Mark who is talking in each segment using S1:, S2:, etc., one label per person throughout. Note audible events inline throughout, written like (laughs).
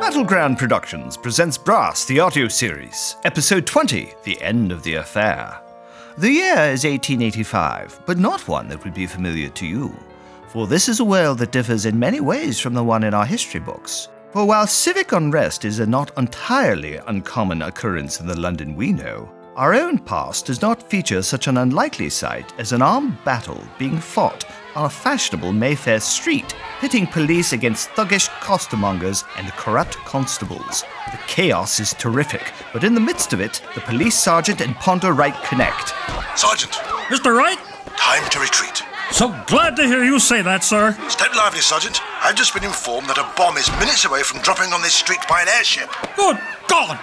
S1: Battleground Productions presents Brass, the audio series, episode 20 The End of the Affair. The year is 1885, but not one that would be familiar to you, for this is a world that differs in many ways from the one in our history books. For while civic unrest is a not entirely uncommon occurrence in the London we know, our own past does not feature such an unlikely sight as an armed battle being fought on a fashionable Mayfair street, pitting police against thuggish costermongers and corrupt constables. The chaos is terrific, but in the midst of it, the police sergeant and Ponder Wright connect.
S2: Sergeant,
S3: Mr. Wright?
S2: time to retreat.
S3: So glad to hear you say that, sir.
S2: Step lively, Sergeant. I've just been informed that a bomb is minutes away from dropping on this street by an airship.
S3: Good God!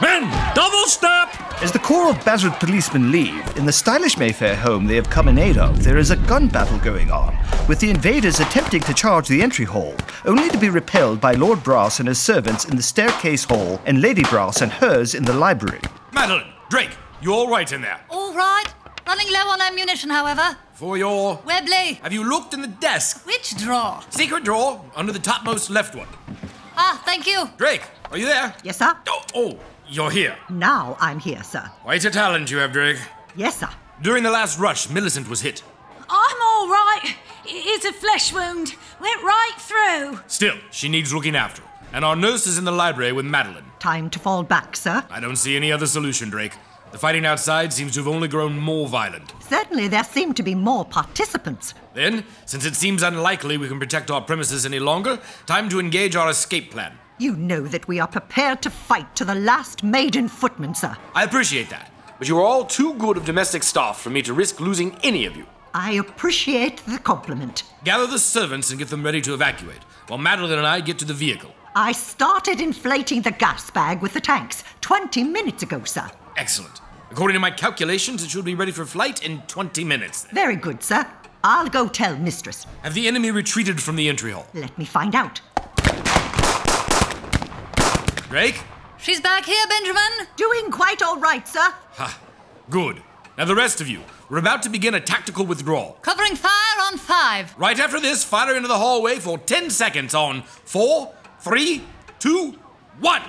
S3: Men, double step!
S1: As the corps of battered policemen leave, in the stylish Mayfair home they have come in aid of, there is a gun battle going on, with the invaders attempting to charge the entry hall, only to be repelled by Lord Brass and his servants in the staircase hall, and Lady Brass and hers in the library.
S4: Madeline, Drake, you all right in there?
S5: All right. Running low on ammunition, however.
S4: For your.
S5: Webley,
S4: Have you looked in the desk?
S5: which drawer?
S4: Secret drawer under the topmost left one.
S5: Ah, thank you.
S4: Drake, are you there?
S6: Yes, sir.
S4: Oh, oh, you're here.
S6: Now I'm here, sir.
S4: Quite a talent you have, Drake.
S6: Yes, sir.
S4: During the last rush, Millicent was hit.
S7: I'm all right. It is a flesh wound. Went right through.
S4: Still, she needs looking after. And our nurse is in the library with Madeline.
S6: Time to fall back, sir.
S4: I don't see any other solution, Drake. The fighting outside seems to have only grown more violent.
S6: Certainly there seem to be more participants.
S4: Then, since it seems unlikely we can protect our premises any longer, time to engage our escape plan.
S6: You know that we are prepared to fight to the last maiden footman, sir.
S4: I appreciate that, but you are all too good of domestic staff for me to risk losing any of you.
S6: I appreciate the compliment.
S4: Gather the servants and get them ready to evacuate, while Madeline and I get to the vehicle.
S6: I started inflating the gas bag with the tanks 20 minutes ago, sir.
S4: Excellent. According to my calculations, it should be ready for flight in 20 minutes.
S6: Very good, sir. I'll go tell mistress.
S4: Have the enemy retreated from the entry hall?
S6: Let me find out.
S4: Drake?
S5: She's back here, Benjamin.
S6: Doing quite all right, sir.
S4: Good. Now, the rest of you, we're about to begin a tactical withdrawal.
S5: Covering fire on five.
S4: Right after this, fire into the hallway for 10 seconds on four, three, two, one.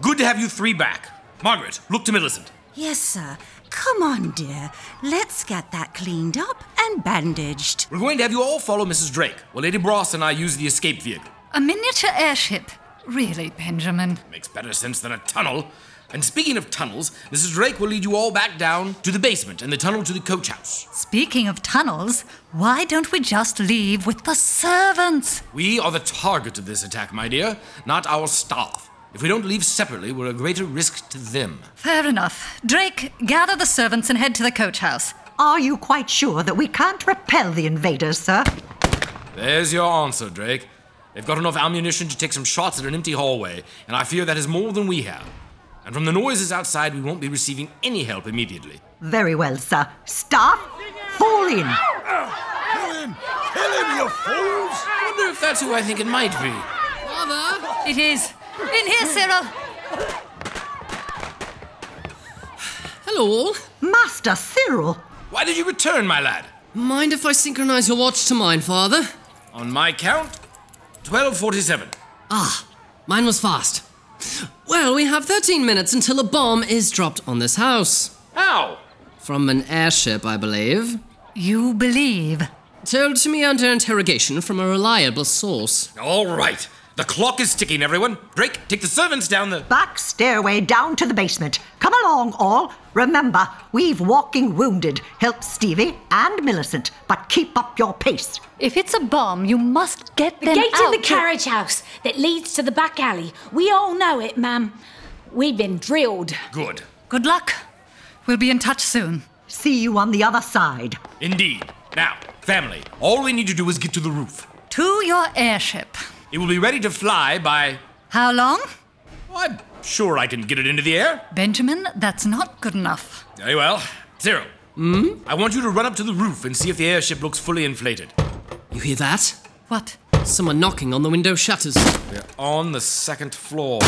S4: Good to have you three back. Margaret, look to Millicent.
S8: Yes, sir. Come on, dear. Let's get that cleaned up and bandaged.
S4: We're going to have you all follow Mrs. Drake while Lady Bross and I use the escape vehicle.
S5: A miniature airship. Really, Benjamin?
S4: Makes better sense than a tunnel. And speaking of tunnels, Mrs. Drake will lead you all back down to the basement and the tunnel to the coach house.
S5: Speaking of tunnels, why don't we just leave with the servants?
S4: We are the target of this attack, my dear, not our staff. If we don't leave separately, we're a greater risk to them.
S5: Fair enough. Drake, gather the servants and head to the coach house.
S6: Are you quite sure that we can't repel the invaders, sir?
S4: There's your answer, Drake. They've got enough ammunition to take some shots at an empty hallway, and I fear that is more than we have. And from the noises outside, we won't be receiving any help immediately.
S6: Very well, sir. Staff, fall in.
S2: Kill him! Kill him, you fools!
S4: I wonder if that's who I think it might be.
S5: It is. In here, Cyril.
S9: Hello all.
S6: Master Cyril,
S4: Why did you return, my lad?
S9: Mind if I synchronize your watch to mine, Father?
S4: On my count 1247.
S9: Ah, Mine was fast. Well, we have 13 minutes until a bomb is dropped on this house.
S4: How?
S9: From an airship, I believe.
S5: You believe.
S9: Told to me under interrogation from a reliable source.
S4: All right. The clock is ticking, everyone. Drake, take the servants down the.
S6: Back stairway down to the basement. Come along, all. Remember, we've walking wounded. Help Stevie and Millicent, but keep up your pace.
S10: If it's a bomb, you must get them
S7: Gate
S10: out.
S7: in the carriage house that leads to the back alley. We all know it, ma'am. We've been drilled.
S4: Good.
S5: Good luck. We'll be in touch soon.
S6: See you on the other side.
S4: Indeed. Now, family, all we need to do is get to the roof.
S5: To your airship.
S4: It will be ready to fly by. Oh,
S5: How long?
S4: I'm sure I can get it into the air.
S5: Benjamin, that's not good enough.
S4: Very well. Zero. Mm? I want you to run up to the roof and see if the airship looks fully inflated.
S9: You hear that?
S5: What?
S9: Someone knocking on the window shutters.
S4: We're on the second floor.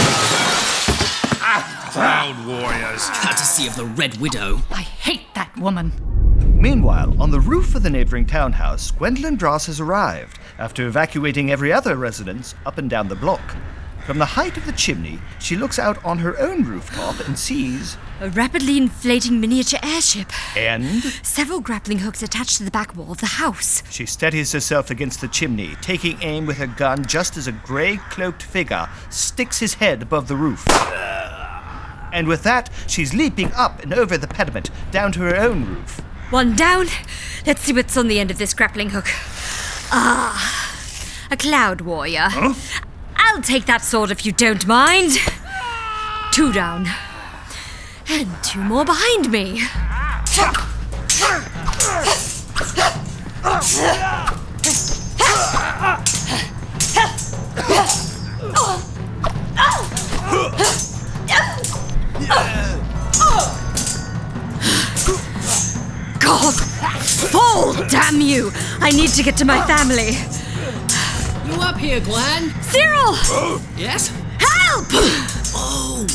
S4: Ah, proud warriors.
S9: Courtesy of the Red Widow.
S5: I hate that woman.
S1: Meanwhile, on the roof of the neighboring townhouse, Gwendolyn Brass has arrived after evacuating every other residence up and down the block. From the height of the chimney, she looks out on her own rooftop and sees
S11: A rapidly inflating miniature airship.
S1: and
S11: Several grappling hooks attached to the back wall of the house.
S1: She steadies herself against the chimney, taking aim with her gun just as a grey cloaked figure sticks his head above the roof. And with that, she's leaping up and over the pediment down to her own roof.
S11: One down. Let's see what's on the end of this grappling hook. Ah, a cloud warrior. I'll take that sword if you don't mind. Two down. And two more behind me. God! Fall, damn you! I need to get to my family.
S9: You up here, Glenn?
S11: Cyril!
S9: Yes?
S11: Help!
S9: Oh!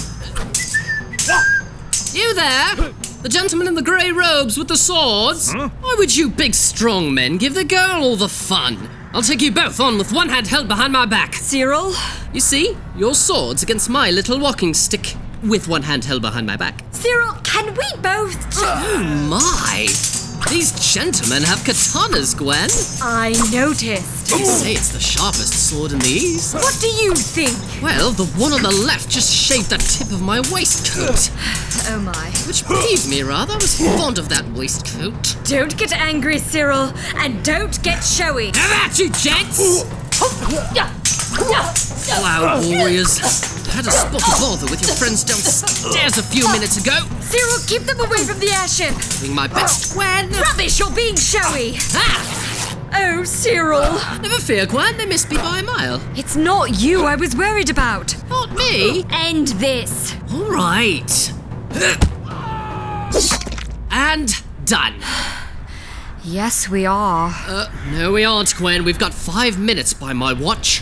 S9: You there? The gentleman in the grey robes with the swords? Why would you big strong men give the girl all the fun? I'll take you both on with one hand held behind my back.
S11: Cyril?
S9: You see, your sword's against my little walking stick with one hand held behind my back.
S11: Cyril, can we both?
S9: Oh my! These gentlemen have katanas, Gwen.
S11: I noticed.
S9: They say it's the sharpest sword in the East.
S11: What do you think?
S9: Well, the one on the left just shaved the tip of my waistcoat,
S11: (sighs) Oh my.
S9: which peeved me rather. I was fond of that waistcoat.
S11: Don't get angry, Cyril, and don't get showy.
S9: Have at you, gents! Cloud warriors. You had a spot of bother with your friends downstairs a few minutes ago.
S11: Cyril, keep them away from the airship.
S9: Doing my best, Gwen.
S11: Rubbish, you're being showy.
S9: Ah!
S11: Oh, Cyril.
S9: Never fear, Gwen. They missed me by a mile.
S11: It's not you I was worried about.
S9: Not me.
S11: End this.
S9: All right. And done.
S11: Yes, we are.
S9: No, we aren't, Gwen. We've got five minutes by my watch.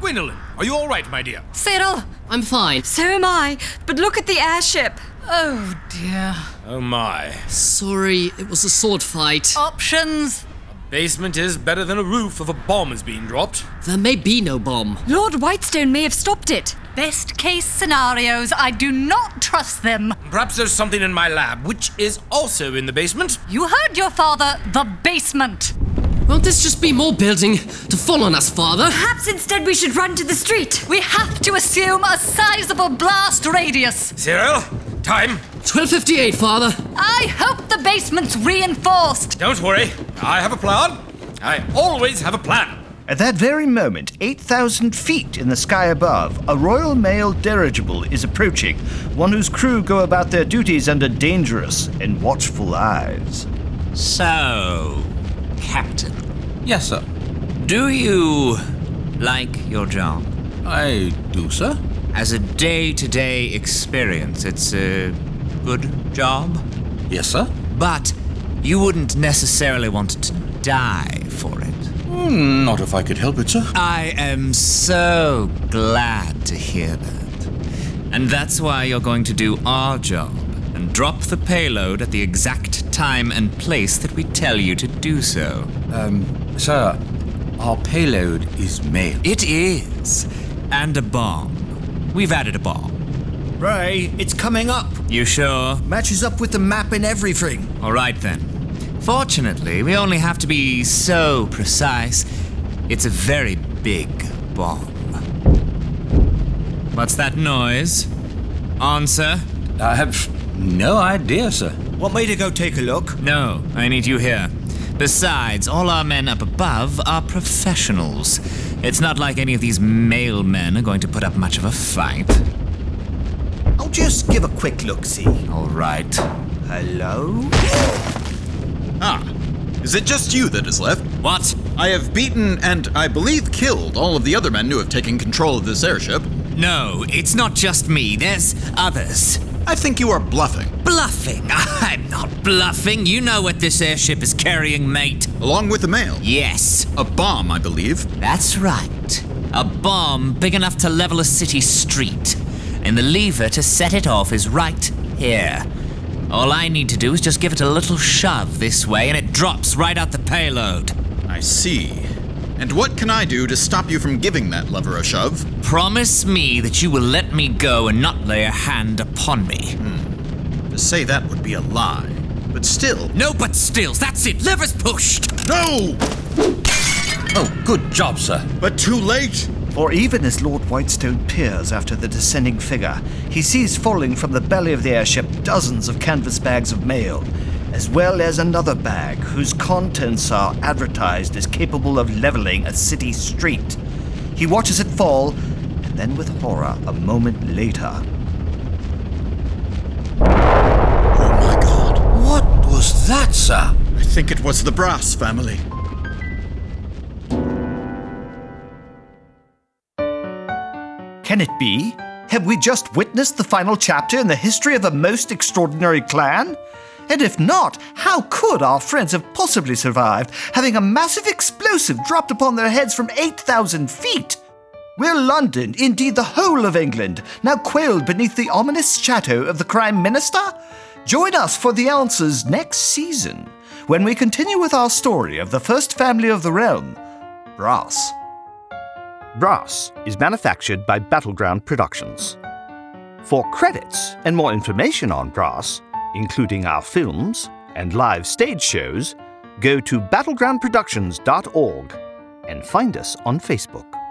S4: Gwendolyn, are you all right, my dear?
S11: Cyril,
S9: I'm fine.
S11: so am I. But look at the airship.
S5: Oh dear.
S4: Oh my.
S9: Sorry, it was a sword fight.
S5: Options.
S4: Basement is better than a roof if a bomb is being dropped.
S9: There may be no bomb.
S11: Lord Whitestone may have stopped it.
S5: Best case scenarios. I do not trust them.
S4: Perhaps there's something in my lab, which is also in the basement.
S5: You heard your father. The basement.
S9: Won't this just be more building to fall on us, Father?
S11: Perhaps instead we should run to the street.
S5: We have to assume a sizable blast radius.
S4: Cyril, time.
S9: 1258, Father.
S5: I hope the basement's reinforced.
S4: Don't worry. I have a plan. I always have a plan.
S1: At that very moment, 8,000 feet in the sky above, a Royal Mail dirigible is approaching, one whose crew go about their duties under dangerous and watchful eyes.
S12: So, Captain. Yes, sir. Do you like your job? I do, sir. As a day to day experience, it's a good job? Yes, sir. But you wouldn't necessarily want to die for it.
S3: Hmm, Not if I could help it, sir.
S12: I am so glad to hear that. And that's why you're going to do our job and drop the payload at the exact time and place that we tell you to do so.
S3: Sir,
S4: Our payload is mail. It is. And a bomb. We've added a bomb.
S13: Ray, it's coming up.
S4: You sure?
S13: Matches up with the map and everything.
S4: All right then. Fortunately, we only have to be so precise. It's a very big bomb. What's that noise? Answer. I have no idea, sir.
S13: Want me to go take a look?
S4: No, I need you here. Besides, all our men up above are professionals. It's not like any of these mailmen are going to put up much of a fight.
S13: I'll just give a quick look see.
S4: All right. Hello?
S14: Ah, is it just you that is left?
S4: What?
S14: I have beaten and, I believe, killed all of the other men who have taken control of this airship.
S4: No, it's not just me. There's others.
S14: I think you are bluffing.
S4: Bluffing? (laughs) I'm not bluffing. You know what this airship is carrying, mate.
S14: Along with the mail.
S4: Yes.
S14: A bomb, I believe.
S4: That's right. A bomb big enough to level a city street. And the lever to set it off is right here. All I need to do is just give it a little shove this way, and it drops right out the payload.
S14: I see. And what can I do to stop you from giving that lever a shove?
S4: Promise me that you will let me go and not lay a hand upon me.
S14: To say that would be a lie. But still.
S4: No, but stills, that's it. Lever's pushed.
S14: No!
S4: Oh, good job, sir.
S14: But too late!
S1: For even as Lord Whitestone peers after the descending figure, he sees falling from the belly of the airship dozens of canvas bags of mail, as well as another bag whose contents are advertised as capable of leveling a city street. He watches it fall, and then with horror, a moment later,
S14: Oh What was that, sir? I think it was the Brass family.
S1: Can it be? Have we just witnessed the final chapter in the history of a most extraordinary clan? And if not, how could our friends have possibly survived, having a massive explosive dropped upon their heads from 8,000 feet? Were London, indeed the whole of England, now quailed beneath the ominous shadow of the Prime Minister? Join us for the answers next season, when we continue with our story of the first family of the realm, Brass. Brass is manufactured by Battleground Productions. For credits and more information on Brass, including our films and live stage shows, go to battlegroundproductions.org and find us on Facebook.